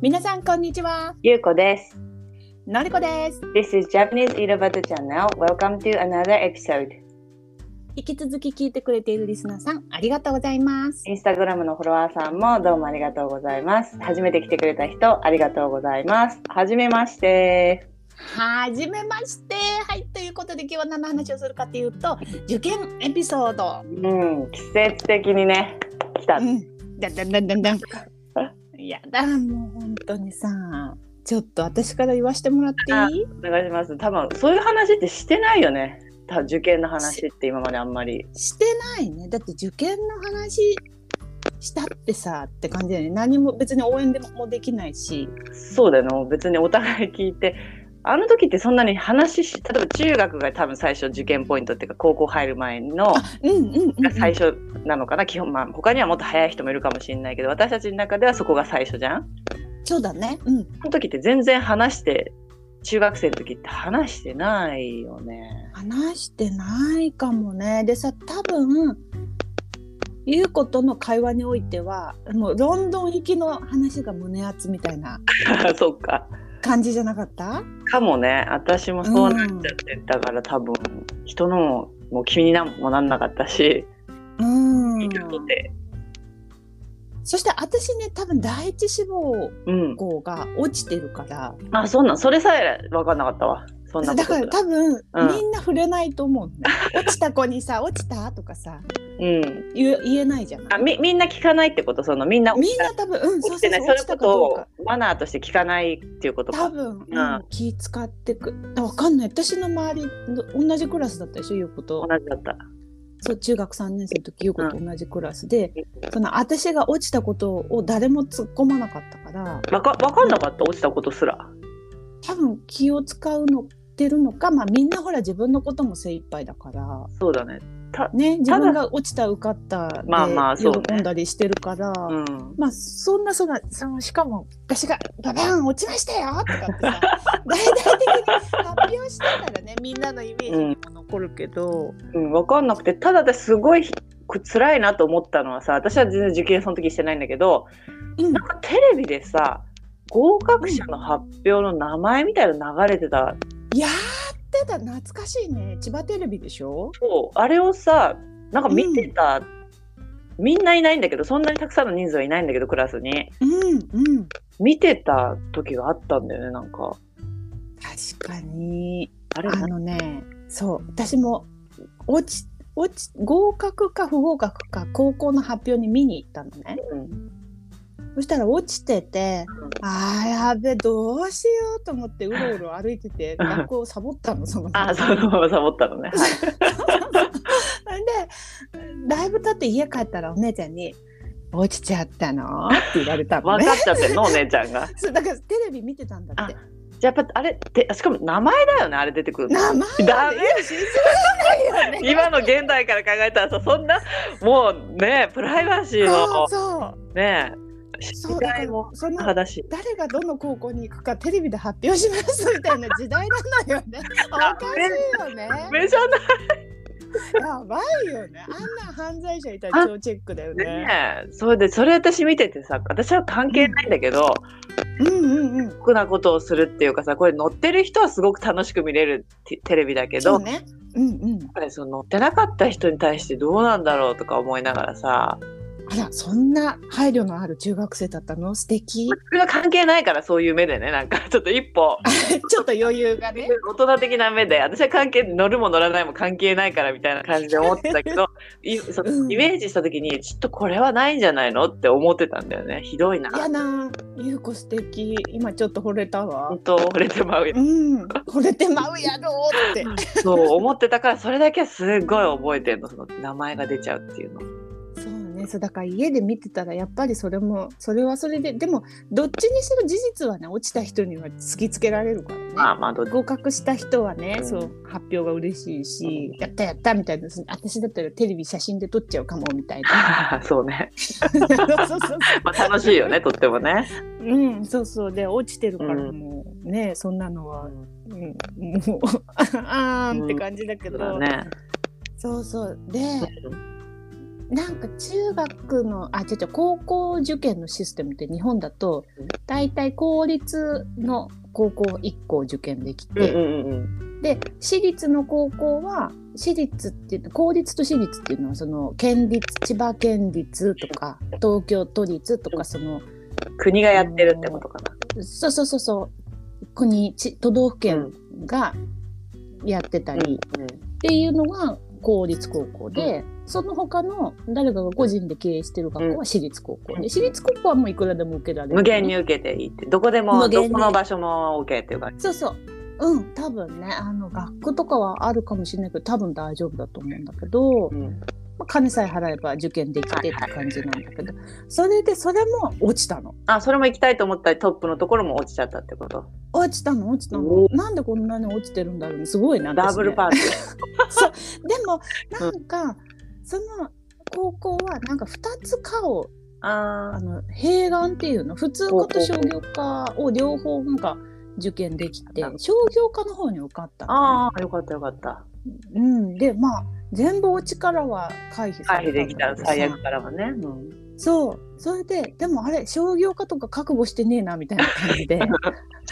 皆さんこんにちは。ゆうこです。のりこです。 This is Japanese Irobata Channel. Welcome to another episode. 引き続き聞いてくれているリスナーさん、ありがとうございます。インスタグラムのフォロワーさんもどうもありがとうございます。初めて来てくれた人、ありがとうございます。はじめまして。はじめまして。はい、ということで今日は何の話をするかというと、受験エピソード。うん、季節的にね、来たう。ん。だんだんだんだんだん。いやだ、もう本当にさ、ちょっと私から言わせてもらっていいお願いします。多分、そういう話ってしてないよね。た受験の話って今まであんまり。してないね。だって受験の話したってさ、って感じだよね。何も別に応援でももできないし。そうだよな、別にお互い聞いて。あの時ってそんなに話し、例えば中学が多分最初受験ポイントっていうか、高校入る前の。うんうんうん、うん。が最初なのかな、基本まあ他にはもっと早い人もいるかもしれないけど私たちの中ではそこが最初じゃんそうだね。うん。その時って全然話して中学生の時って話してないよね 話してないかもねでさ多分優子との会話においてはもうロンドン行きの話が胸熱みたいなそっか感じじゃなかったかもね私もそうなっちゃって、だから多分人のももう気になんもなんなかったし、うん人とてそして私ね多分第一志望うん校が落ちてるからあそんなんそれさえ分かんなかったわそんなこだとから多分、うんみんな触れないと思う、ね、落ちた子にさ「落ちた?」とかさうん言え言えないじゃなあいみみんな聞かないってことそのみんなみんな多分、うん、起そうきそてうなそいうそう落ちいうこたかどとうをかマナーとして聞かないっていうことか多分、うんうん気使ってくわかんない私の周りの同じクラスだったでしょ優子と同じだったそう中学3年生の時優子と同じクラスで、その私が落ちたことを誰も突っ込まなかったからわかわかんなかった落ちたことすら。多分気を使うのってるのか、まあ、みんなほら自分のことも精一杯だから。そうだね。たね、自ただ分が落ちた受かったでまあまあそうね喜んだりしてるから、うん。まあそんなそんなそのしかも私が「ババン落ちましたよ!」と かってさ大々的に発表してたらねみんなのイメージにも残るけど、うん、わかんなくて、ただ私すごいひこ辛いなと思ったのはさ、私は全然受験その時してないんだけど、うんなんかテレビでさ、合格者の発表の名前みたいなの流れてた。やってた懐かしいね千葉テレビでしょそう、あれをさ、なんか見てた、みんないないんだけど、そんなにたくさんの人数はいないんだけど、クラスに。うんうん見てた時があったんだよね、なんか。確かにあれ、あのねそう私も落ち落ち合格か不合格か高校の発表に見に行ったのねうん、そしたら落ちててあーやべどうしようと思ってうろうろ歩いてて学校をサボったのそのあ、そのままサボったのね。はいでだいぶ経って家帰ったらお姉ちゃんに「落ちちゃったの?」って言われたの分ねかっちゃってんの、お姉ちゃんが。そうだからテレビ見てたんだってじゃあやっぱあれってしかも名前だよねあれ出てくるの名前ダメだよ信じられないよね今の現代から考えたらさそんなもうねプライバシーそうのそうねそう時だから代もその話し誰がどの高校に行くかテレビで発表しますみたいな時代なのよ ねおかしいよねめじゃないやばいよねあんな犯罪者いたら超チェックだよねねそれでそれ私見ててさ私は関係ないんだけど、うんうんうん酷なことをするっていうかさこれ乗ってる人はすごく楽しく見れるテテレビだけそど、うねうんうんやっぱりその乗ってなかった人に対してどうなんだろうとか思いながらさあらそんな配慮のある中学生だったの素 敵それが関係ないからそういう目でねなんかちょっと一歩ちょっと余裕が ね大人的な目で私は関係乗るも乗らないも関係ないからみたいな感じで思ってたけ どいそうんのイメージした時にちょっとこれはないんじゃないのって思ってたんだよねひどいないやなゆうこ素敵今ちょっと惚れたわ本当惚れてまうようん惚れてまうやろうってそう思ってたからそれだけはすごい覚えてるのその名前が出ちゃうっていうのそうね、そうだから家で見てたらやっぱりそれもそれはそれででもどっちにしろ事実はね落ちた人には突きつけられるからね、まあまあどっち合格した人はね、うんそう発表が嬉しいし、やったやったみたいな私だったらテレビ写真で撮っちゃうかもみたい そうね、なそうそうそう、まあ、楽しいよねとってもねうん、そうそうで落ちてるからうもうね、そんなのは、うん、もうあーんって感じだけそうど、だねそうそうでなんか中学のあ違う違う高校受験のシステムって日本だとうん大体公立の高校1校受験できうんて、うんうんで私立の高校は私立って公立と私立っていうのはその県立千葉県立とか東京都立とかその国がやってるってことかな。そうそうそうそう国ち都道府県がやってたりっていうのが公立高校で、その他の誰かが個人で経営してる学校は私立高校で、うん私立高校はもういくらでも受けられる、無限に受けていいって、どこでも、無限どにこの場所も OK っていう感じ。そうそう。うん、多分ね、あの、学区とかはあるかもしれないけど、多分大丈夫だと思うんだけど、うんまあ、金さえ払えば受験できてって感じなんだけど、それで、それも落ちたの。あ、それも行きたいと思ったり、トップのところも落ちちゃったってこと。落ちたの、落ちたのお。なんでこんなに落ちてるんだろうすごいな、ダブルーパー テでも、なんか、その、高校はなんか2つ科をィー。あああ、の併願っていうの普通科と商業科を両方なんか受験できて商業科の方に受かったのね、ああ、よかったよかった。うん、でまあ全部お家からは回避さ回れ避できたたんだらけどさ最悪からはね。うんそうそれででもあれ商業化とか覚悟してねえなみたいな感 じで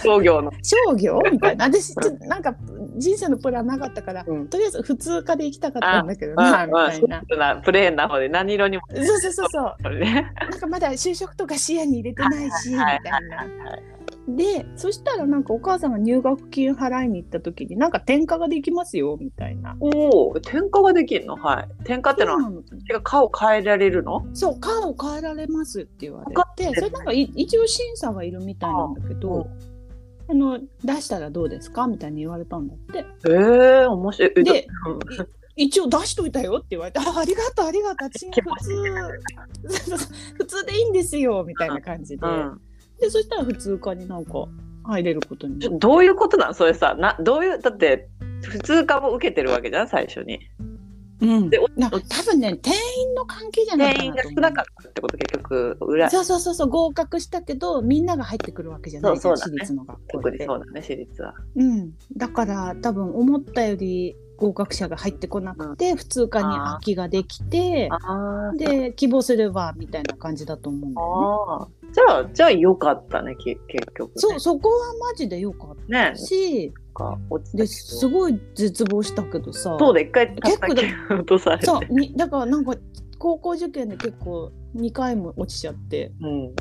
商業の。商業みたいな私ちょっとなんか人生のプランなかったからうんとりあえず普通科で行きたかったんだけどまなあみまあ、たシいンプな。ルなプレーンな方で何色にもそうそうそうそうこれね。なんかまだ就職とか視野に入れてないしみたいな。でそしたらなんかお母さんが入学金払いに行った時になんか転科ができますよみたいな。おお、転科ができるのはい。転科ってのは、てか、科を変えられるのそう、科を変えられますって言わわかれて、それなんかい一応審査がいるみたいなんだけど、あの出したらどうですかみたいに言われたんだって、ええ、面白い。えでうん一応出しといたよって言われて、あありがとう、ありがとう、私気持ち普通、 そうそうそう普通でいいんですよみたいな感じで、うんでそしたら普通科になんか入れることにちなょる。どういうことなのそれさなどういうだって普通科も受けてるわけじゃん最初にうんでおな多分ね、定員の関係じゃない定か員なと思うが少なかったってこと結局裏そうそうそうそう合格したけどみんなが入ってくるわけじゃないそう私そうだね立の学校特っにてそうだね私立はうん、だから多分思ったより合格者が入ってこなくて、普通科に空きができてああで希望すればみたいな感じだと思うんだよね。あーじゃあじゃあよかったねき結局ねそうそこはマジで良かっねたしなんか落ちたけどですごい絶望したけどさそうだ一回結構だ叩き落とされてそうにだからなんか高校受験で結構2回も落ちちゃってうん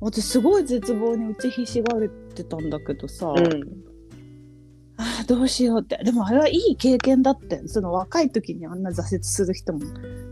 私すごい絶望に打ちひしがれてたんだけどさ、うんああどうしようってでもあれはいい経験だってその若い時にあんな挫折する人も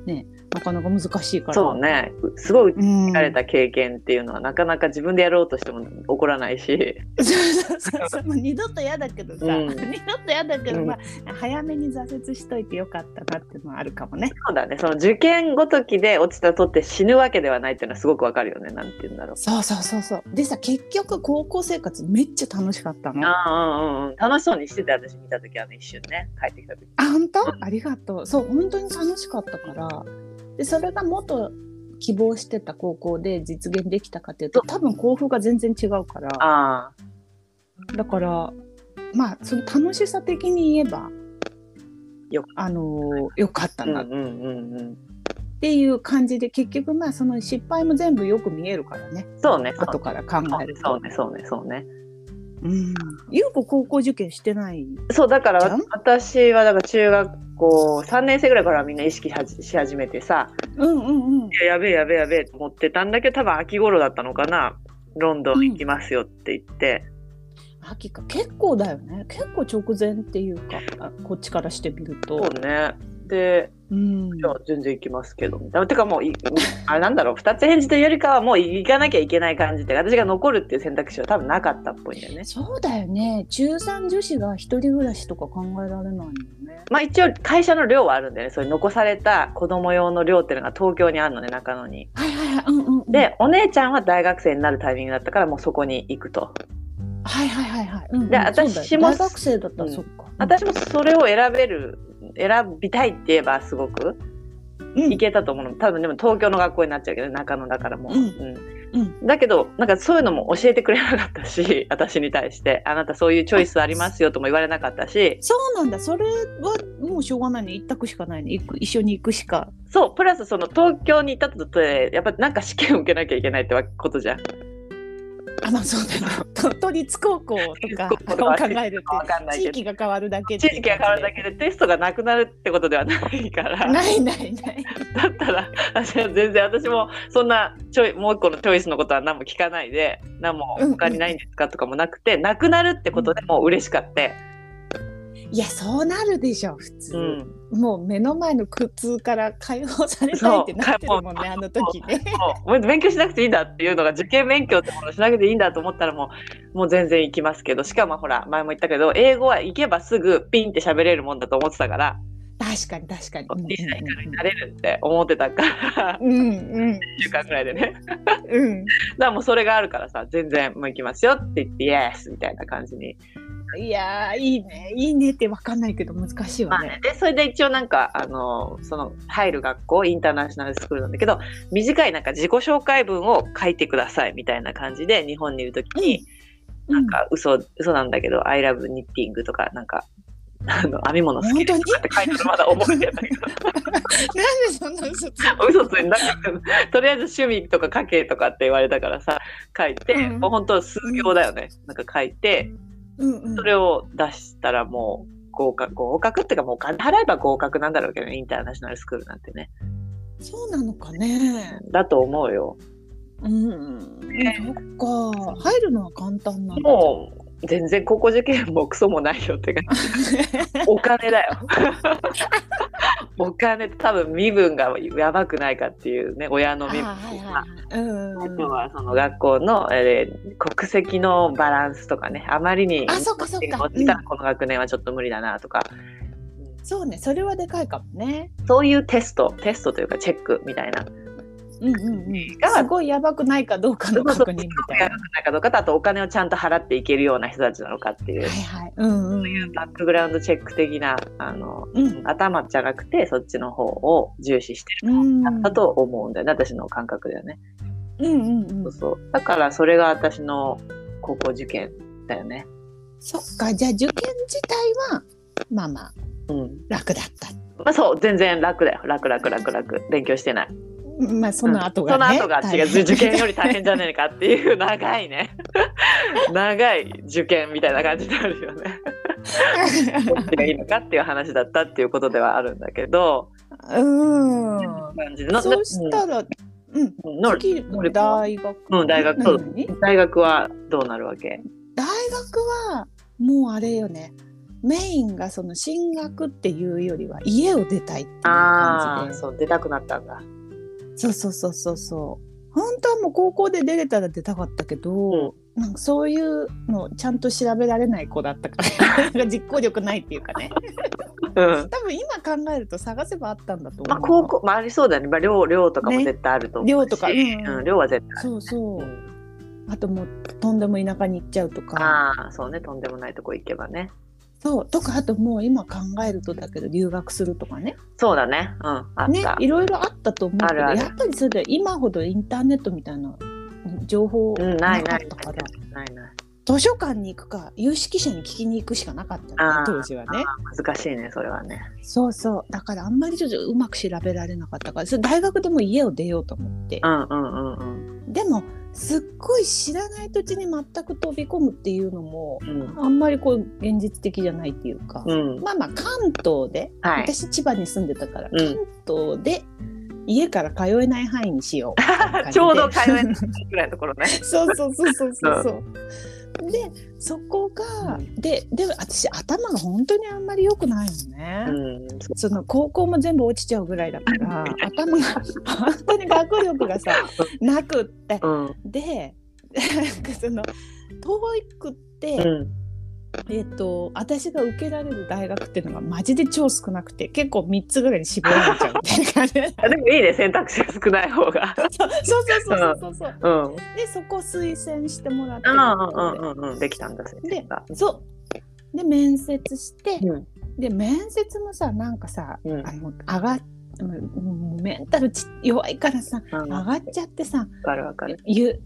ねなかなか難しいからそうねすごい打ちうん、疲れた経験っていうのはなかなか自分でやろうとしても起こらないしそうそうそうそう もう二度と嫌だけどさ、うん二度と嫌だけど、うんまあ、早めに挫折しといてよかったなっていうのはあるかもねそうだねその受験ごときで落ちたとって死ぬわけではないっていうのはすごくわかるよねなんて言うんだろうそうそうそうそうでさ結局高校生活めっちゃ楽しかったのあああうんうんうん楽しそうにしてて私見た時あの一瞬ね帰ってきた時本当ありがとうそう本当に楽しかったからでそれが元希望してた高校で実現できたかっていうと多分校風が全然違うからああだからまあその楽しさ的に言えばよあのよかったうんうなっんうんうんっていう感じで結局まあその失敗も全部よく見えるからねそうね後から考えるとそうねそうねそうねうん優子高校受験してないそうだからじゃん私はだから中学校3年生ぐらいからみんな意識はじし始めてさうんうんうんいややべえやべえやべえと思ってたんだけど多分秋頃だったのかなロンドン行きますよって言って、秋か結構だよね結構直前っていうかあこっちからしてみるとそうねでうんいや全然行きますけどみたいな。てかもういあれなんだろう二つ返事というよりかはもう行かなきゃいけない感じで私が残るっていう選択肢は多分なかったっぽいんだよね。そうだよね中3女子が一人暮らしとか考えられないよねまあ一応会社の寮はあるんだよねそういう残された子供用の寮っていうのが東京にあるのね中野に。はいはいはいうんうん、うん、でお姉ちゃんは大学生になるタイミングだったからもうそこに行くと。はいはいはいはい、うんうんでそうだよ私も大学生だったらそっか、私もそれを選べる選びたいって言えばすごくうん行けたと思うの多分でも東京の学校になっちゃうけど中野だからもう。うんうんうんだけどなんかそういうのも教えてくれなかったし 私に対してあなたそういうチョイスありますよとも言われなかったしそうなんだそれはもうしょうがないね一択しかないね行く一緒に行くしかそうプラスその東京に行ったとってやっぱなんか試験を受けなきゃいけないってことじゃん。あまあそうだ ねと都立高校とか都立高校とか考えるわかんとな地いけど域が変わるだけって地いう域が変わるだけでテストがなくなるってことではないからだないないないったら私は全然私もそんなちょいもう一個のチョイスのことは何も聞かないで何も他にないんですかとかもなくて、なくなるってことでもう嬉しかって、いやそうなるでしょ普う通、んもう目の前の苦痛から解放されたいってなってるもんねあの時ねもう勉強しなくていいんだっていうのが受験勉強ってものをしなくていいんだと思ったらもうもう全然行きますけどしかもほら前も言ったけど英語は行けばすぐピンって喋れるもんだと思ってたから確かに確かに小さいからになれるって思ってた からうんうん1週間ぐらいでねうんうんだからもうそれがあるからさ全然もう行きますよって言ってイエスみたいな感じに、いやーいいねいいねって分かんないけど難しいまわあねね、でそれで一応なんかあのその入る学校インターナショナルスクールなんだけど短いなんか自己紹介文を書いてくださいみたいな感じで日本にいる時に。うなんんか嘘、嘘なんだけど、I love knitting とか、なんか、あの、編み物好きですとかって書いてあるまだ覚えてないなけんでそんな嘘ついど、嘘ついてなんか、とりあえず趣味とか家計とかって言われたからさ、書いて、うんもう本当数行だよね。なんか書いて、うんうんそれを出したらもう合格、合格っていうかもうお金払えば合格なんだろうけどね、インターナショナルスクールなんてね。そうなのかねだと思うよ。うんうんそっか入るのは簡単なんだもう、全然高校受験もクソもないよって感じ。 お金だよ お金多分身分がやばくないかっていうね親の身分あはいはいはいうんあうんとはその学校の、えー国籍のバランスとかねあまりにあそっかそっか落ちたらこの学年はちょっと無理だなとか、そうねそれはでかいかもねそういうテストテストというかチェックみたいなうんうんうんだからすごいやばくないかどうかの確認みたいやなばくないかどうかとあとお金をちゃんと払っていけるような人たちなのかっていうはいはいうんうんバックグラウンドチェック的なあの、うん頭じゃなくてそっちの方を重視してるうんだと思うんだよね、私の感覚だよね。うんうんうそうんそうだからそれが私の高校受験だよね。そっかじゃあ受験自体はまあまあうん、楽だったまあそう全然楽だよ楽楽楽楽勉強してない。まあその後が、ねうんその後が違大う変受験より大変じゃねえかっていう長 いね長い受験みたいな感じになるよね。どっちがいいのかっていう話だったっていうことではあるんだけどうん感じのそうしたら、うん、うんの次も大学、うん大学そう何大学はどうなるわけ大学はもうあれよねメインがその進学っていうよりは家を出たいっていうあ感あじでそう出たくなったんだ。そうそうそうそうそう本当はもう高校で出れたら出たかったけど、なんかそういうのをちゃんと調べられない子だったから なんか実行力ないっていうかねうん多分今考えると探せばあったんだと思うまあ、高校、まあ、ありそうだね、まあ、寮寮とかもね絶対あると思うし、寮とかうんうん、寮は絶対あるそうそう、うんあともうとんでも田舎に行っちゃうとかああそうねとんでもないとこ行けばねそうとかあともう今考えるとだけど留学するとかねそうだねうんあった、ねいろいろあったと思うけどあるあるやっぱりそれで今ほどインターネットみたいな情報うんなないかなっいたから、ないない図書館に行くか有識者に聞きに行くしかなかったねあー当時はね難しいねそれはねそうそうだからあんまりちょっとうまく調べられなかったからそれ大学でも家を出ようと思ってうんうんうんうんでもすっごい知らない土地に全く飛び込むっていうのもうんあんまりこう現実的じゃないっていうか、うんまあまあ関東で、はい私千葉に住んでたから、うん関東で家から通えない範囲にし ようちょうど通えないぐらいのところね そうそうそうそうそうそうでそこが、うんででも私頭が本当にあんまり良くないのね、うんその高校も全部落ちちゃうぐらいだから 頭が本当に学力がさなくってうんで なんかその TOEIC って、うんえっと私が受けられる大学っていうのがマジで超少なくて結構3つぐらいに絞られちゃうみたいな 感じ あでもいいね選択肢が少ない方がそうそうそうそうそうそううんうんでそこ推薦してもらってうんうんうんできたんだ選択がそうで面接してうんで面接もさなんかさ、うんあの上がもうメンタルち弱いからさうん上わがっちゃってさかるわかる。言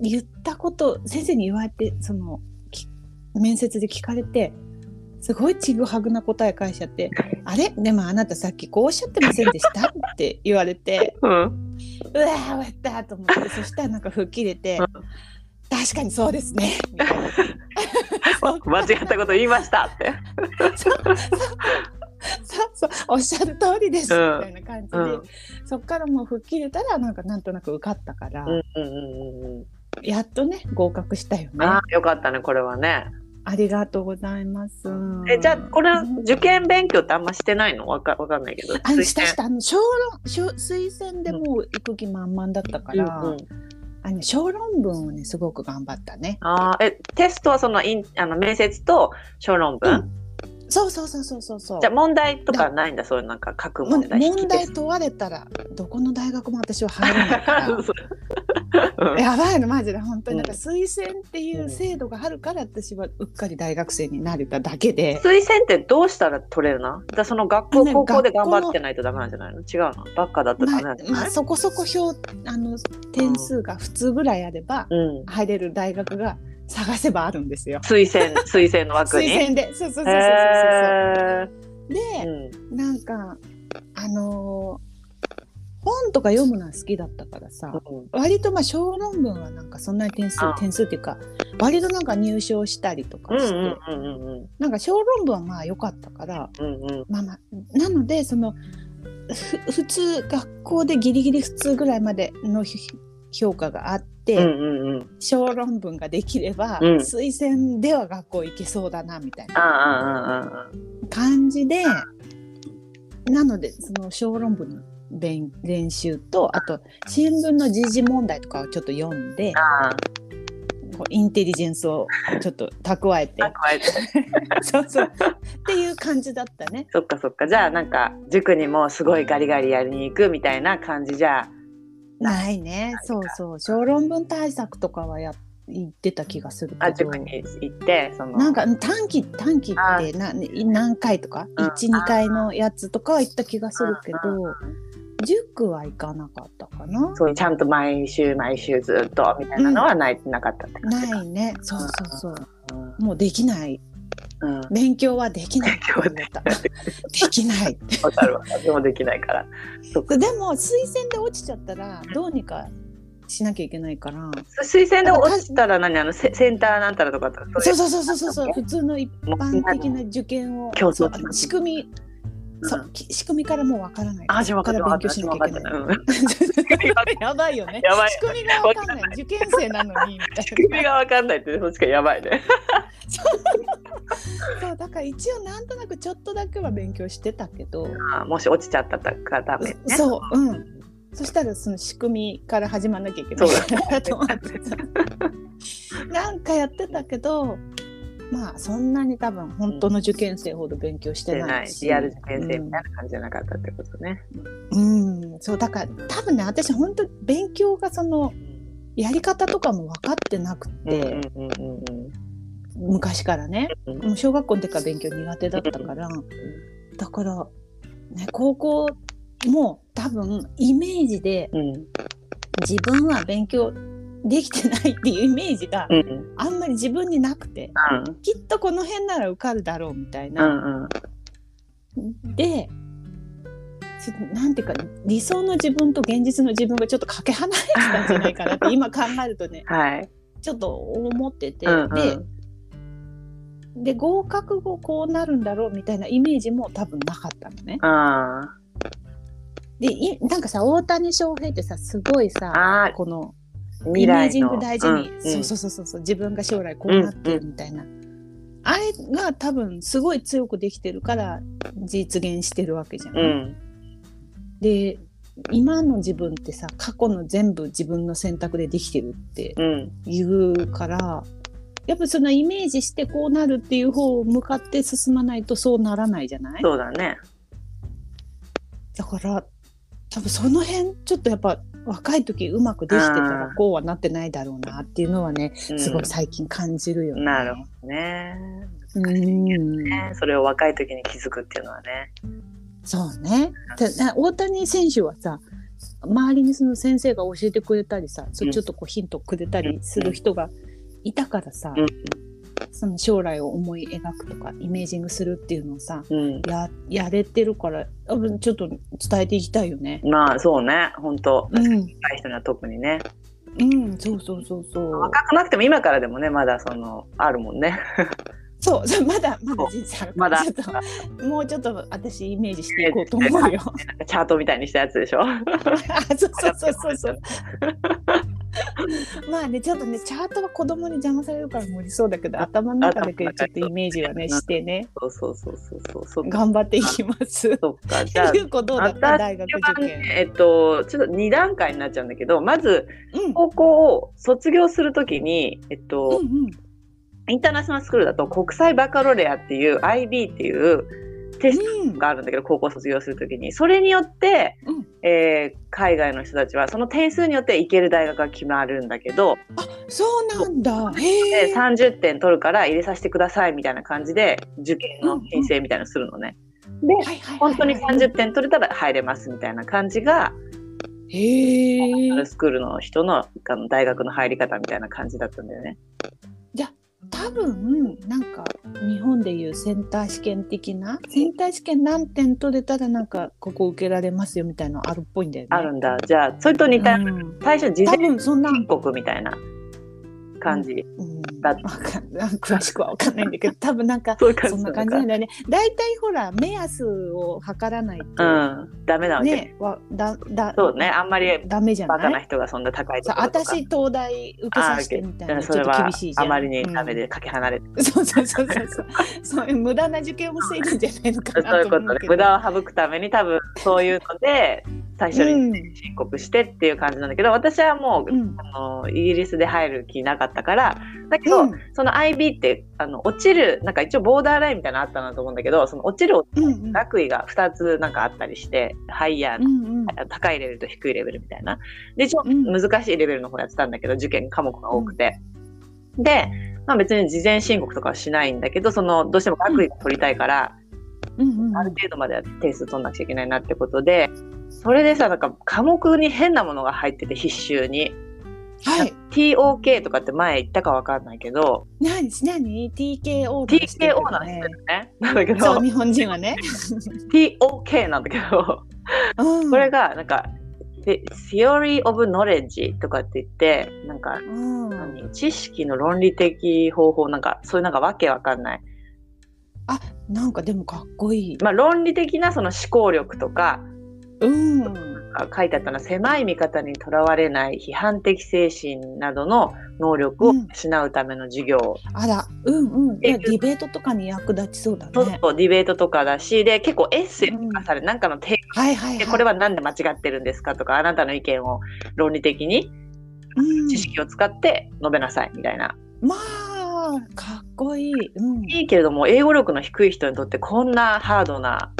言ったこと先生に言われてそのき面接で聞かれてすごいちぐはぐな答え返しちゃって「あれでもあなたさっきこうおっしゃってませんでした?」って言われてう「ん。うわー終わった!」と思ってそしたらなんか吹っ切れてうん「確かにそうですね」 みたいなそう間違ったこと言いましたって。そうそうそうそうおっしゃる通りです、うんみたいな感じで、うんそっからもう吹っ切れたらなんかなんとなく受かったから、うんうんうんうんやっとね合格したよねあああ、よかったね、これはね。りがとうございますえ、じゃあ、これうん、受験勉強ってあんましてないのわかわかんないけど。あの推した薦したあの小論小推薦でもう行く気満々だったから、うんうんあの小論文をねすごく頑張ったね。ああ、え、テストはその、インあの面接と小論文、そうそうそうそうそうそう。じゃあ問題とかないんだ、そういうなんか書くもう問ね題。問題引き問われたらどこの大学も私は入れないかテスらト。そうう んやばいのマジで本当になんか推薦っていう制度があるから私はうっかり大学生になれただけで推薦ってどうしたら取れるなだからその学校、ね高校で学頑校の張ってないとダメなんじゃないの違うのばっかだとダまメなあんじゃまなあい、そこそこ表あの点数が普通ぐらいあればうん。入れる大学が探せばあるんですよ。推薦、推薦の枠に。推薦でそうそうそうそうそうへーそう。でうんなんかあのー本とか読むのは好きだったからさ、うん割とまあ小論文はなんかそんなに点数あ点数っていうか割となんか入賞したりとかうんして、うんうんうんうんなんか小論文はまあ良かったからうんうんまあまあなのでそのふ普通学校でギリギリ普通ぐらいまでのひ評価があって、うんうんうん小論文ができれば、うん推薦では学校行けそうだなみたいなああああああ感じでなのでその小論文の勉練習とあと新聞の時事問題とかをちょっと読んでああこうインテリジェンスをちょっと蓄え てあこうやってそうそうっていう感じだったね。そっかそっかじゃあなんか塾にもすごいガリガリやりに行くみたいな感じじゃないねいそうそう小論文対策とかはや言ってた気がするあけど塾に行ってそのなんか短期短期ってな何回とかうん12回のやつとかは行った気がするけど塾は行かなかったかなそうちゃんと毎週毎週ずっとみたいなのはない、なかったって感じなかいねそうそうそううんもうできないうん勉強はできないって思った勉できないわかるわでもできないからそっかでも推薦で落ちちゃったらどうにかしなきゃいけないから推薦で落ちたら何あのセセンターなんたらとかだったらそううそうそうそうそうそう普通の一般的な受験を競争そうします仕組みうんそうき仕組みからもうわからないあじゃあ分かっただから分勉強かったしな分きゃかいけないった やばいよね。やばい仕組みがわかんない。受験生なのにみたい首が分かんないってもしかやばいねな。そうだから一応なんとなくちょっとだけは勉強してたけど、あもし落ちちゃったらダメねそううん。そしたらその仕組みから始まんなきゃいけなそいうなと思ってさ。 なんかやってたけど、まあそんなに多分本当の受験生ほど勉強ししててなないいし、リアル受験生みたいな感じじゃなかったってことね、うん、うんそうだから多分ね私本当勉強がそのやり方とかも分かってなくうんうんて、うんうん昔からね。うんもう小学校の時から勉強苦手だったからだから、ね、高校も多分イメージでうん自分は勉強できてないっていうイメージがうんうんあんまり自分になくてきっとこの辺なら受かるだろうみたいうんうな。んうんでちょっとなんていうか理想の自分と現実の自分がちょっとかけ離れてたんじゃないかなって 今考えるとねはいちょっと思ってて、うんうんでで合格後こうなるんだろうみたいなイメージも多分なかったのね。あーでいなんかさ大谷翔平ってさすごいさあこのーイ未メー来ジンのグ大事に、うんそうそうそうそうそう自分が将来こうなってるみたいな、あれが多分すごい強くできてるから実現してるわけじゃん。うんうんで今の自分ってさ過去の全部自分の選択でできてるってうんいうからやっぱそのイメージしてこうなるっていう方を向かって進まないとそうならないじゃないそうだねだから多分その辺ちょっとやっぱ若い時うまくできてたらあーこうはなってないだろうなっていうのはねうんすごい最近感じるよね。なるほどねうんねそれを若い時に気づくっていうのはねそうね。たな大谷選手はさ、周りにその先生が教えてくれたりさ、そううんちょっとこうヒントくれたりする人がいたからさ、うんその将来を思い描くとか、イメージングするっていうのをさ、うんや、やれてるから、多分ちょっと伝えていきたいよね。まあそうね本当うん、若い人には特にねうん、そうそうそうそう。若くなくても今からでもねまだそのあるもんねそう、そうまだ、まだ人生あるからまだちょっと、もうちょっと私イメージしていこうと思うよ。チャートみたいにしたやつでしょあそうそうそうそうそう。 まあねちょっとねチャートは子供に邪魔されるから無理そうだけど頭の中だけでちょっとイメージはねしてねそうそうそうそうそうそっか頑張っていきます。そ っかじゃあゆうこどうだった大学受順番験。ねえっとちょっと2段階になっちゃうんだけどまずうん高校を卒業するときに、えっとうんうんインターナショナルスクールだと国際バカロレアっていう IB っていうテストうんがあるんだけど高校卒業するときにそれによって、うんえー海外の人たちはその点数によって行ける大学が決まるんだけど、そうなんだ。へでえ。 30点取るから入れさせてくださいみたいな感じで受験の申請みたいなのするのね。でいは本当に30点取れたら入れますみたいな感じがへえ。スクールの人のあの大学の入り方みたいな感じだったんだよね。多分なんか日本でいうセンター試験的なセンター試験何点取れたらなんかここ受けられますよみたいなのあるっぽいんだよね。あるんだ。じゃあそれと似た、うん最初事多前分そんな申告みたいな感じ。うん、だわかんない詳しくは分かんないんだ けど多分なんかそういう感そじんなな感のかじなんだよね大体ほら目安を測らないと、うん。ダメなわけ。ねわだだそうね。あんまりダメじゃバカなない人がそんな高いとさころとか。私東大受けさせてみたいうんなそちょれっとは厳しいじゃあんまりにダメでかけ離れて、うんそうそうそうそうそうそういう無駄な受験を防いだんじゃないのかそういなうとこ思とうでけど無駄を省くために多分そういうので最初にうん申告してっていう感じなんだけど、私はもう、うんあのイギリスで入る気なかったからだけど、うんその IB ってあの落ちるなんか一応ボーダーラインみたいなのあったなと思うんだけどその落ちるうんうん学位が2つなんかあったりしてハイヤーうのんうん高いレベルと低いレベルみたいなでちょっとうん難しいレベルの方やってたんだけど受験科目が多くて、で、まあ、別に事前申告とかはしないんだけどそのどうしても学位が取りたいから、うんうんある程度までは点数取んなくちゃいけないなってことでそれでさなんか科目に変なものが入ってて必修に、はい TOK とかって前言ったかわかんないけど何何 TKO だしてるけ TKO どなんですねよね。なんだ けそうど日本人はね TOK なんだけど。うん これがなんか「The Theory of Knowledge」とかって言ってなんかうん何知識の論理的方法なんかそういうなんかわけわかんない、あなんかでもかっこいい。まあ、論理的なその思考力とかうん。あ書いてあったのは狭い見方にとらわれない批判的精神などの能力を養うための授業、あら、うんうん。いやでディベートとかに役立ちそうだそうね。そうディベートとかだしで結構エッセイとかされ、なんかの提はいはい案はでい。これは何で間違ってるんですかとかあなたの意見を論理的にうん知識を使って述べなさいみたいなまあかっこいい。うん。いいけれども英語力の低い人にとってこんなハードな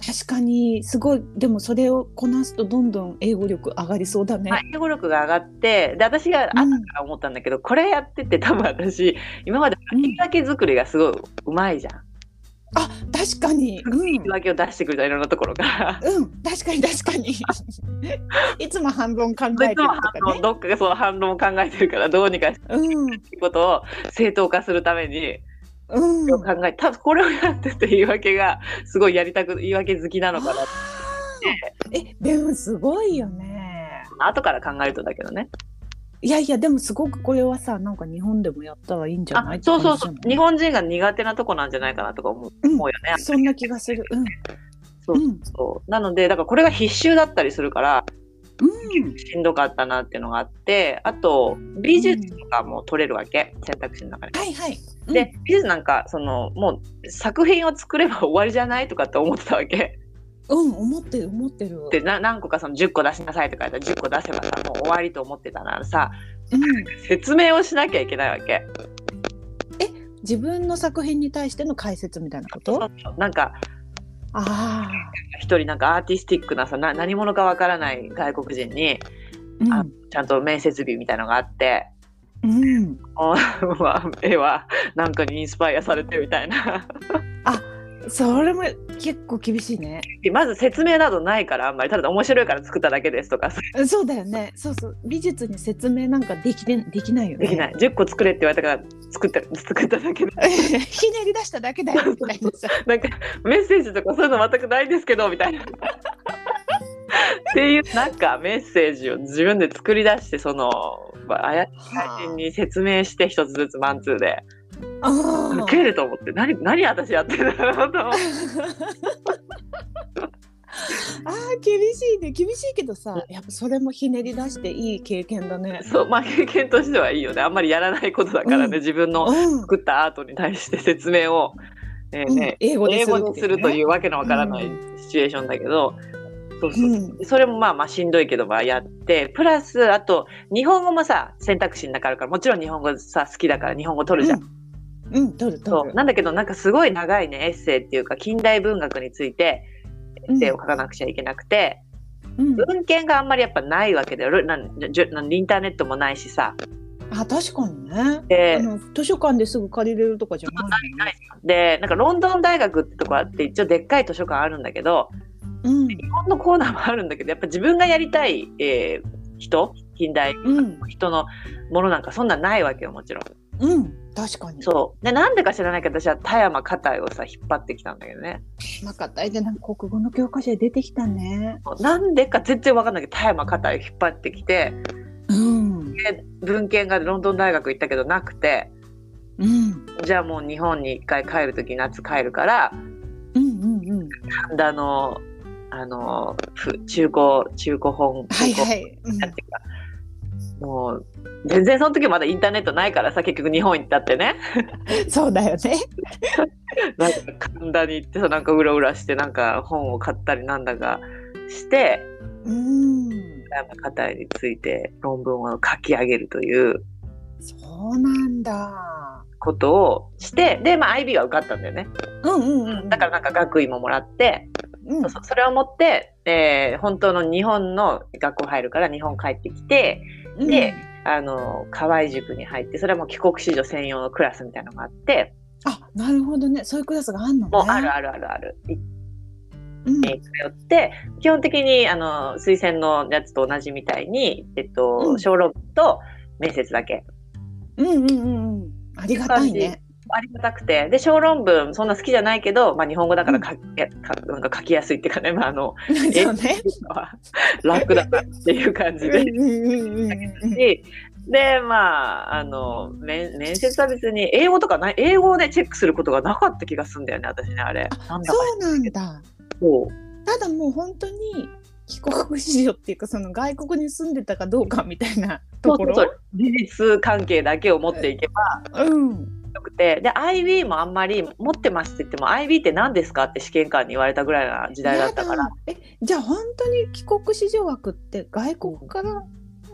確かにすごい。でもそれをこなすとどんどん英語力上がりそうだね。まあ英語力が上がってで私がう後んから思ったんだけど、これやってて多分私今までうん言い訳作りがすごいうまいじゃん。あ確かに。うん言い。訳を出してくるじゃんいろんなところから。うん、確かに確か にいつも反論考えて いるつともか反論ね。どっかがその反論を考えてるからどうにかしてうんいうことを正当化するためにうん。考えたこれをやってて言い訳がすごいやりたく言い訳好きなのかなあーえでもすごいよね。後から考えるとだけどね。いやいやでもすごくこれはさなんか日本でもやったらいいんじゃなあいそうそうそうって感じ日本人が苦手なとこなんじゃないかなとか思う,、うん思うよじゃね。ないそんな気がするうんそううんそうなのでだからこれが必修だったりするからうんしんどかったなっていうのがあってあと美術とかも取れるわけ、選択肢の中に。はいはいうんで美術なんかそのもう作品を作れば終わりじゃないとかって思ってたわけ。うん思ってる思ってるでな何個かその10個出しなさいとか言ったら10個出せばさもう終わりと思ってたらさうん説明をしなきゃいけないわけ。自分の作品に対しての解説みたいなこそとうそうなんかあ一人なんかアーティスティックなさな何者かわからない外国人にああちゃんと面接日みたいのがあって。 うん、うん、あまあ絵はなんかにインスパイアされてみたいなそれも結構厳しいね。まず説明などないからあんまりただ面白いから作っただけですとかそうだよね。そうそう。美術に説明なんかできてできないよね。できない。10個作れって言われたから作った作っただけ で ひねり出しただけだよみたいな さ。なんかメッセージとかそういうの全くないですけどみたいな。っていうなんかメッセージを自分で作り出してその怪しい配信に説明して一つずつマンツーであ受けると思って何何私やってんだろうと思ってあー厳しいね厳しいけどさやっぱそれもひねり出していい経験だね。 そうまあ経験としてはいいよねあんまりやらないことだからね、うん自分のうん作ったアートに対して説明を、えーね英語で英する語っていうねにするというわけのわからないシチュエーションだけど、そうそううんそれもまあまあしんどいけどまあやってプラスあと日本語もさ選択肢の中あるからもちろん日本語さ好きだから日本語取るじゃん。うん、うん、取るそ取うる。なんだけどなんかすごい長いねエッセイっていうか近代文学についてエッセイを書かなくちゃいけなくて、うん、文献があんまりやっぱないわけだよなんじゅなんインターネットもないしさ。あ確かにね。であの図書館ですぐ借りれるとかじゃないのね。でなんかロンドン大学ってとこあって一応でっかい図書館あるんだけどうん日本のコーナーもあるんだけどやっぱ自分がやりたい、えー人近代うん人のものなんかそんなんないわけよもちろん。うん確かに。そうでなんでか知らないけど私は田山片井をさ引っ張ってきたんだけどねなかったでなんか国語の教科書で出てきたね。なんでか全然わかんないけど田山片井を引っ張ってきてうんで文献がロンドン大学行ったけどなくてうんじゃあもう日本に一回帰る時夏帰るからうんうんうん。神田のあのふ中古中古本はい中古はい。うんなんていうかもう全然その時まだインターネットないからさ結局日本行ったってね そうだよね。なんか神田に行ってさなんかうろうろしてなんか本を買ったりなんだかしてうん。山方について論文を書き上げるというそうなんだ。ことをしてで、まあ、IB は受かったんだよねうんうんうん。だからなんか学位ももらってうんそうそうそれを持って、えー本当の日本の学校入るから日本帰ってきてうんであの河合塾に入ってそれはもう帰国子女専用のクラスみたいなのがあってあなるほどねそういうクラスがあんのね。もうあるあるあるある行っうんて通って基本的にあの推薦のやつと同じみたいに、えっうと、ん小論文と面接だけうんうんうんうん。ありがたいね。ありがたくてで小論文そんな好きじゃないけど、まあ、日本語だから書き,、かなんか書きやすいっていうかね、まあ、あのそうね。 楽だなっていう感じうで。んうんうんう んうん。ででまああの面面接は別に英語とかない英語でチェックすることがなかった気がするんだよね私ねあれなんだかそうなんだ。そうただもう本当に帰国子女っていうかその外国に住んでたかどうかみたいなところ。そうそうそう事実関係だけを持っていけばうん。よくてで IB もあんまり持ってますって言っても IB って何ですかって試験官に言われたぐらいな時代だったかやらだ。えじゃあ本当に帰国子女枠って外国から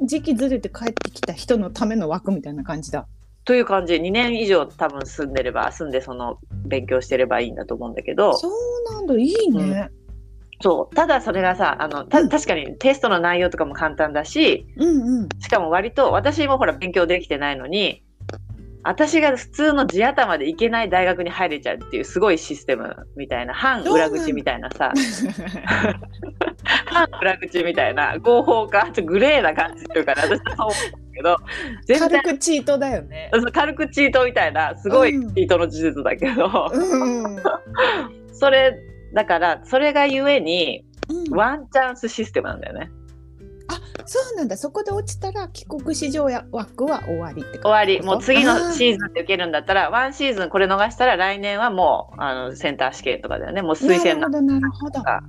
時期ずれて帰ってきた人のための枠みたいな感じだ。という感じで2年以上多分住んでれば住んでその勉強してればいいんだと思うんだけどそうなんだいいね。そうただそれがさあのたうん確かにテストの内容とかも簡単だしうんうん。しかも割と私もほら勉強できてないのに私が普通の地頭で行けない大学に入れちゃうっていうすごいシステムみたいな反裏口みたいなさ反裏口みたいな合法かちょっとグレーな感じっていうかね私はそう思うんだけど全軽然くチートだよね。そう軽くチートみたいなすごいうんチートの事実だけど。うんうん。それだからそれがゆえにうんワンチャンスシステムなんだよねそうなんだ。そこで落ちたら帰国子女や枠は終わりって終わりもう次あーのシーズンで受けるんだったらワンシーズンこれ逃したら来年はもうあのセンター試験とかだよねもう推薦なるほなどなるほどか。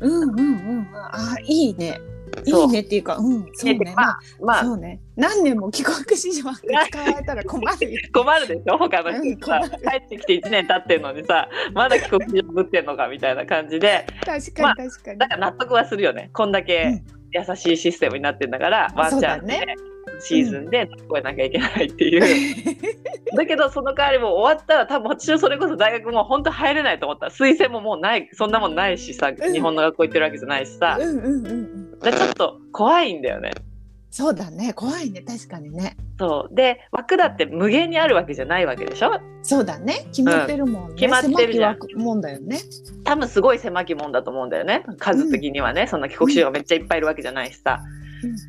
うんうんうんうん。あいいね。いそういねっていうか、うん、そういいねってね。まあままあ、あそうね。何年も帰国子女枠使われたら困るよ。困るでしょ他のうん人困さる帰ってきて1年経ってんのにさまだ帰国時ぶってんのかみたいな感じで確 まかあに確かに。だから納得はするよねこんだけ優しいシステムになってんだからワンチャンそうだでシーズンで乗り越えなきゃいけないっていう。 だけどその代わりも終わったら多分私はそれこそ大学も本当入れないと思った推薦ももうないそんなもんないしさうん 日本の学校行ってるわけじゃないしさ、うんうんうんうん。でちょっと怖いんだよねそうだね怖いね確かにねそうで枠だって無限にあるわけじゃないわけでしょそうだね決まってるもんね、決まってるじゃん狭き枠もんだよね多分すごい狭きもんだと思うんだよね数的にはね、そんな帰国子女がめっちゃいっぱいいるわけじゃないしさ、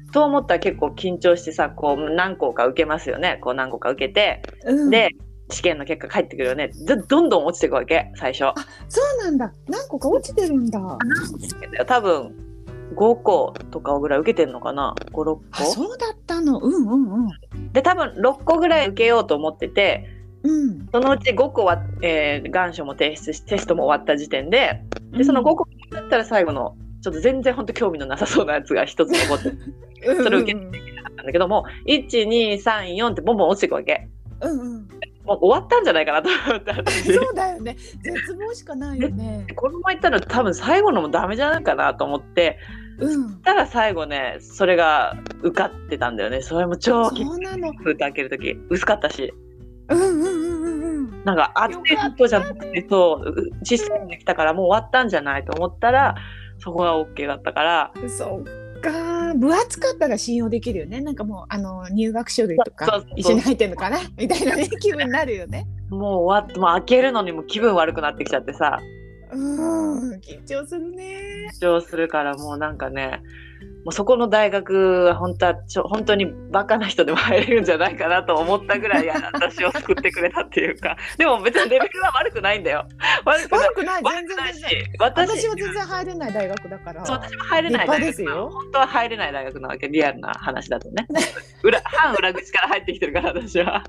うと思ったら結構緊張してさこう何校か受けますよねこう何校か受けて、うん、で試験の結果返ってくるよねどどんどん落ちていくわけ最初そうなんだ何個か落ちてるんだ多分5校とかぐらい受けてんのかな56校あそうだったのうんうんうんで多分6個ぐらい受けようと思っててうんそのうち5個は、えー願書も提出しテストも終わった時点ででその5個だったら最後のちょっと全然ほんと興味のなさそうなやつが一つ残ってそれを受けうんたんだけども1234ってボンボン落ちていくわけうんうんうんもう終わったんじゃないかなと思った私そうだよね絶望しかないよね このままいったら多分最後のもダメじゃないかなと思ってうんたら最後ねそれが受かってたんだよねそれも超きついそうなの封開ける時薄かったしうんうんうんうんうんなんかあっよかったとじゃなくてそう実際にできたからもう終わったんじゃないと思ったらそこが OK だったからそっか分厚かったら信用できるよねなんかもうあの入学書類とそうかそうそう一緒に入ってんのかなみたいなね 気分になるよねもう終わってもう開けるのにも気分悪くなってきちゃってさうん緊張するね緊張するからもうなんかねもうそこの大学は本当はちょ本当にバカな人でも入れるんじゃないかなと思ったぐらい私を救ってくれたっていうか でも別にレベルは悪くないん だよ悪くない悪くない全悪く然ない全然私し私は全然入れない大学だからそう私も入れ立ない派大です学なのよ本当は入れない大学なわけリアルな話だ とね裏半裏口から入ってきてるから私は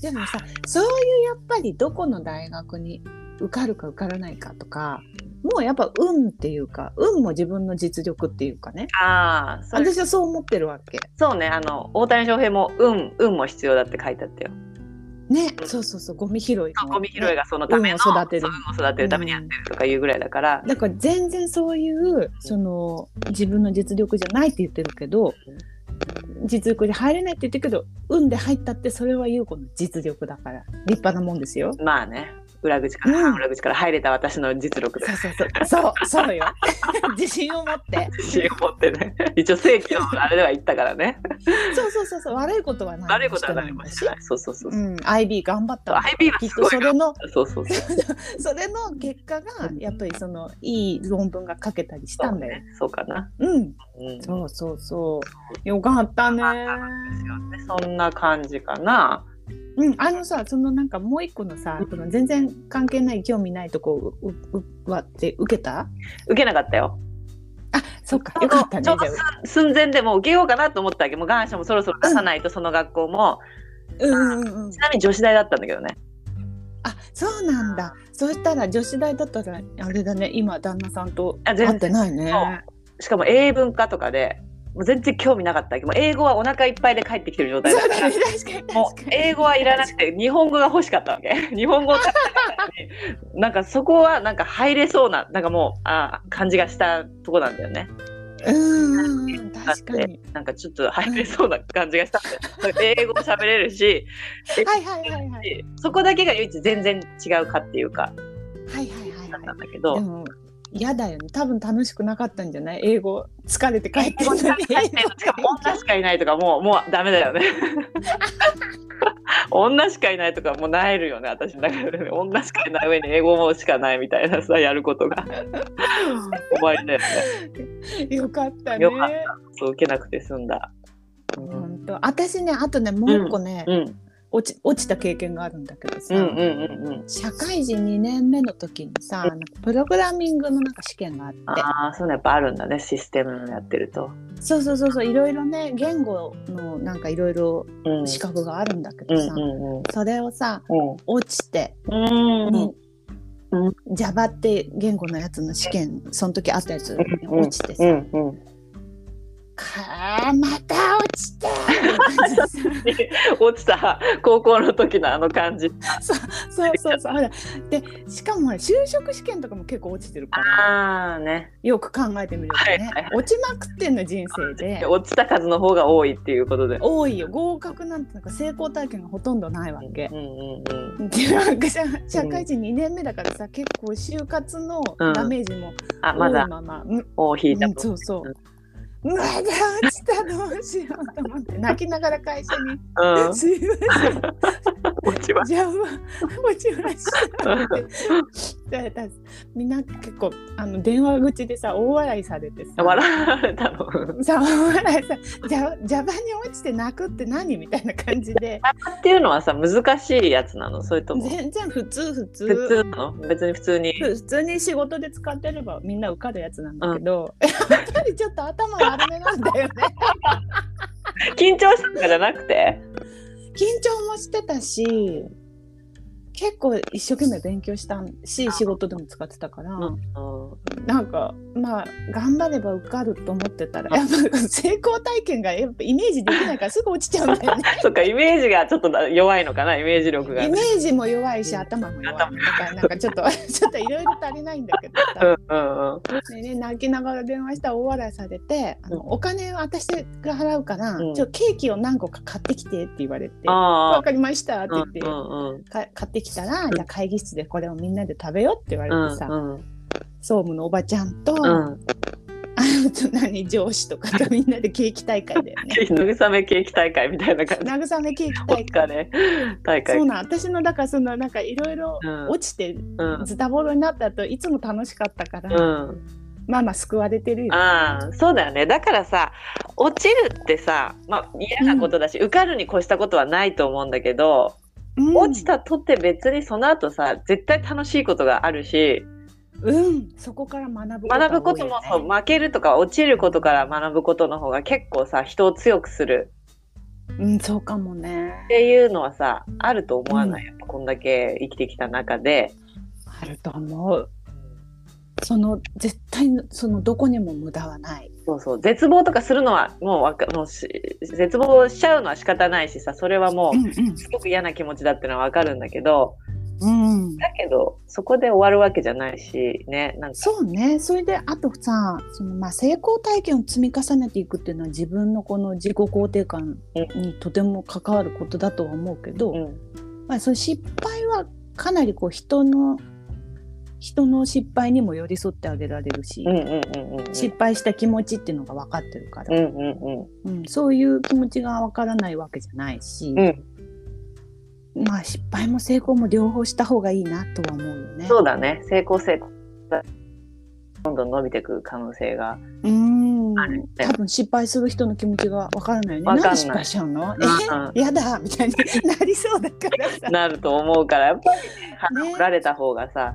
でもさそういうやっぱりどこの大学に受かるか受からないかとかもうやっぱ運っていうか運も自分の実力っていうかねああそれ私はそう思ってるわけそうねあの大谷翔平も運運も必要だって書いてあったよね、うんそうそうそうゴミ拾いもゴミ拾いねがそのための、運を育てるそう運を育てるためにやってるとかいうぐらいだから、だから全然そういうその自分の実力じゃないって言ってるけど実力で入れないって言ってるけど運で入ったってそれは優子の実力だから立派なもんですよ。まあね裏口から、うん裏口から入れた私の実力でそうそうそうそうそうよ 自信を持って自信を持って ね一応正規のあれでは言ったからねそうそうそうそう悪いことはない悪いことは何もしてないそうそうそうう、そうん IB 頑張ったわ IB はきっすとごいそれのそうそうそうそれの結果がやっぱりそのいい論文が書けたりしたんだよ。そうかな、うん、うん、そうそうそうよかったね。そんな感じかなうん、あのさそのなんかもう一個のさ、その全然関係ない興味ないとこうううわって受けた受けなかったよあそうかよかったねちじょゃうど寸前でもう受けようかなと思ったわけもう願書もそろそろ出さないとその学校あも、うんうんうんちなみに女子大だったんだけどねあそうなんだそしたら女子大だったらあれだね今旦那さんとあ会全って然ないねしかも英文化とかでもう全然興味なかったわけもう英語はお腹いっぱいで帰ってきてる状態だそうからだね確かに確かにもう英語はいらなくて日本語が欲しかったわけ 日本語を買ったのになんかそこはなんか入れそうななんかもうあー感じがしたとこなんだよねうんうんうん確かになんかちょっと入れそうな感じがしたんだよ英語も喋れるしえはいはいはいはいそこだけが唯一全然違うかっていうかはいはいはいだったはんだけいでども嫌だよね多分楽しくなかったんじゃない英語疲れて帰ってる英の語にしかないしかも女しかいないとかもうもうダメだよね 女しかいないとかもうなえるよね私の中でね女しかいない上に英語もしかないみたいなさやることが終わりだよ ねよかったねよかっそう受けなくて済んだうん本当私ねあとねもう一個ね、うん落ち落ちた経験があるんだけどさ、うんうんうんうん社会人2年目の時にさ、なんかプログラミングのなんか試験があってああそういうのやっぱあるんだねシステムやってると、そうそうそうそういろいろね言語のなんかいろいろうん、資格があるんだけうどんさ、うんそれをさうん落ちて、うんうんにうん Java って言語のやつの試験その時あったやつにうん落ちてさ「うんうんかーまた落ちた!」って感じでさ落ちた高校の時のあの感じ そうそうそうほらでしかもほら就職試験とかも結構落ちてるから。ああねよく考えてみるとね、はいはいはい落ちまくってんの人生で落ちた数の方が多いっていうことで多いよ合格なんてなんか成功体験がほとんどないわけう。んうんうんでなんか社社会人2年目だからさ結構就活のダメージもあ多まいだまま、うんを引いたうんそうそううんまだ落ちたどうしようと思って泣きながら会社にう「んすいません落ちは邪魔落ちました」って言われたんですみんな結構あの電話口でさ大笑いされてさ笑われたの。っさ大笑いさ邪邪魔に落ちて泣くって何みたいな感じでていうのはさ難しいやつなのそれとも全然普通普通普通なの別に普通に。普通に仕事で使ってればみんな受かるやつなんだけど、やっぱりちょっと頭悪めなんだよね緊張したとかじゃなくて緊張もしてたし結構一生懸命勉強したし仕事でも使ってたから、うんなんかまあ頑張れば受かると思ってたらやっぱ 成功体験がやっぱイメージできないからすぐ落ちちゃ うんだよねそっかイメージがちょっと弱いのかなイメージ力がイメ。ージも弱いし頭も弱いだからなんかちょっと ちょっといろいろ足りないんだけどさうんうんうんでね、泣きながら電話したら大笑いされて「あのうんお金を私が払うから、うんちょっとケーキを何個か買ってきて」って言われて「わあかりました」ってあ。言って、うんうんか買ってきたら、じゃあ会議室でこれをみんなで食べよう」って言うわれんてさ、うん総務のおばちゃんと、うあ ん。と何上司とかがみんなでケーキ大会だ よね。慰めケーキ大会みたいな感じ。慰めケーキお大疲会れ大会そう。なん私のだからそのなんかいろいろうん落ちてうんズタボロになった後いつも楽しかったから、うん。まあまあ救われてるよ。ああそうだよねだからさ落ちるってさ、まあ、嫌なことだし、受かるに越したことはないと思うんだけど、うん落ちたとって別にその後さ絶対楽しいことがあるしうん、そこから学ぶが多いよね学ぶこともそう、負けるとか落ちることから学ぶことの方が結構さ人を強くするうん、そうかもね。っていうのはさあると思わない、やっぱこんだけ生きてきた中で。あると思う。その絶対のそのどこにも無駄はない。そうそう絶望とかするのはもうわかもうし絶望しちゃうのは仕方ないしさそれはもんうすごく嫌な気持ちだってのはわかるんだけど、うん。うん。だけどそこで終わるわけじゃないしねなんかそうね。それであとさ、そのまあ成功体験を積み重ねていくっていうのは自分のこの自己肯定感にとても関わることだとは思うけど、うんまあその失敗はかなりこう人の人の失敗にも寄り添ってあげられるし、うんうんうんうん失敗した気持ちっていうのが分かってるからう、んうんうん、そういう気持ちがわからないわけじゃないし、うんうんまあ失敗も成功も両方した方がいいなとは思うよね。そうだね成功成功どんどん伸びてく可能性がうーんあるよね多分失敗する人の気持ちがわからないよね。わかんなんいで失敗しちゃうのうんえ やだみたいになりそうだからさ、なると思うからやっぱり離ねられた方がさ、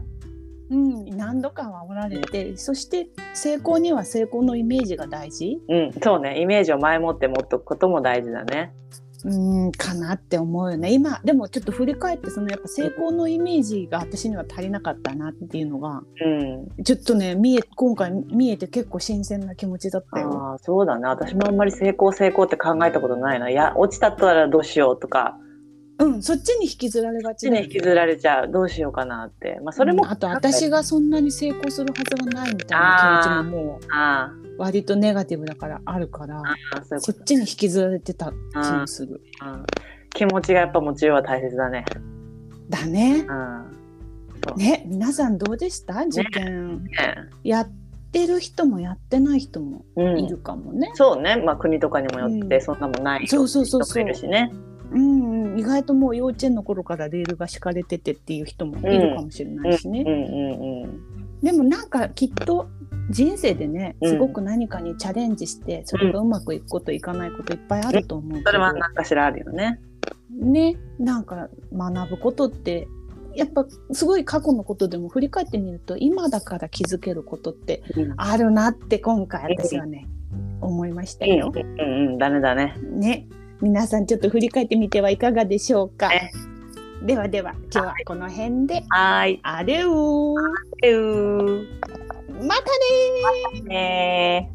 うん、何度かはおられてそして成功には成功のイメージが大事うんそうねイメージを前もって持っとくことも大事だねうーんかなって思うよね今でもちょっと振り返ってそのやっぱ成功のイメージが私には足りなかったなっていうのがうんちょっとね見え今回見えて結構新鮮な気持ちだったよ。ああそうだね私もあんまり成功成功って考えたことないないや落ちたったらどうしようとかうん、そっちに引きずられがこちっちだによ引きずられちゃうどうしようかなってまあそれうもんあと私がそんなに成功するはずがないみたいな気持ちももあう割とネガティブだからあるからあああそういうこそっとちに引きずられてた気もする。うん気持ちがやっぱ持ちようは大切だね。だねう。ん。そうね皆さんどうでした受験、ね。やってる人もやってない人もういるん。かもね。そうね。まあ国とかにもよっうてんそんなもんない人そうそうそうもそ、いうるしね。うんうん、意外ともう幼稚園の頃からレールが敷かれててっていう人もいるかもしれないしね、うんうんうん。でもなんかきっと人生でねうんすごく何かにチャレンジして、それがうまくいくこといかないこといっぱいあると思うけど、それは何かしらあるよね。ねなんか学ぶことってやっぱすごい過去のことでも振り返ってみると今だから気づけることってうん。あるなって今回私はね思いましたよ。うんうん。ダメだね。ね皆さんちょっと振り返ってみてはいかがでしょうかね。ではでは今日はこの辺ではーい。あれをえうまたねーー。ね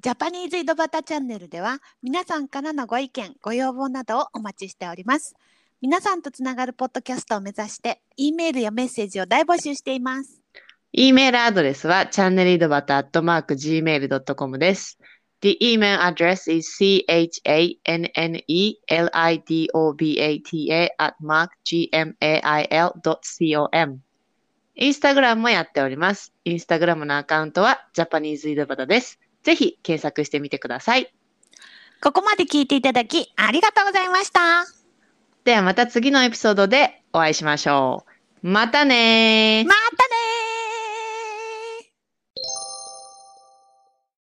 ジャパニーズ井戸端チャンネルでは皆さんからのご意見ご要望などをお待ちしております皆さんとつながるポッドキャストを目指して E メールやメッセージを大募集しています E メールアドレスは channelidobata.gmail.com です。The email address is chanelidobata.gmail.com インスタグラムもやっております。インスタグラムのアカウントはジャパニーズ井戸端です。ぜひ検索してみてください。ここまで聞いていただきありがとうございました。ではまた次のエピソードでお会いしましょう。またねー。またね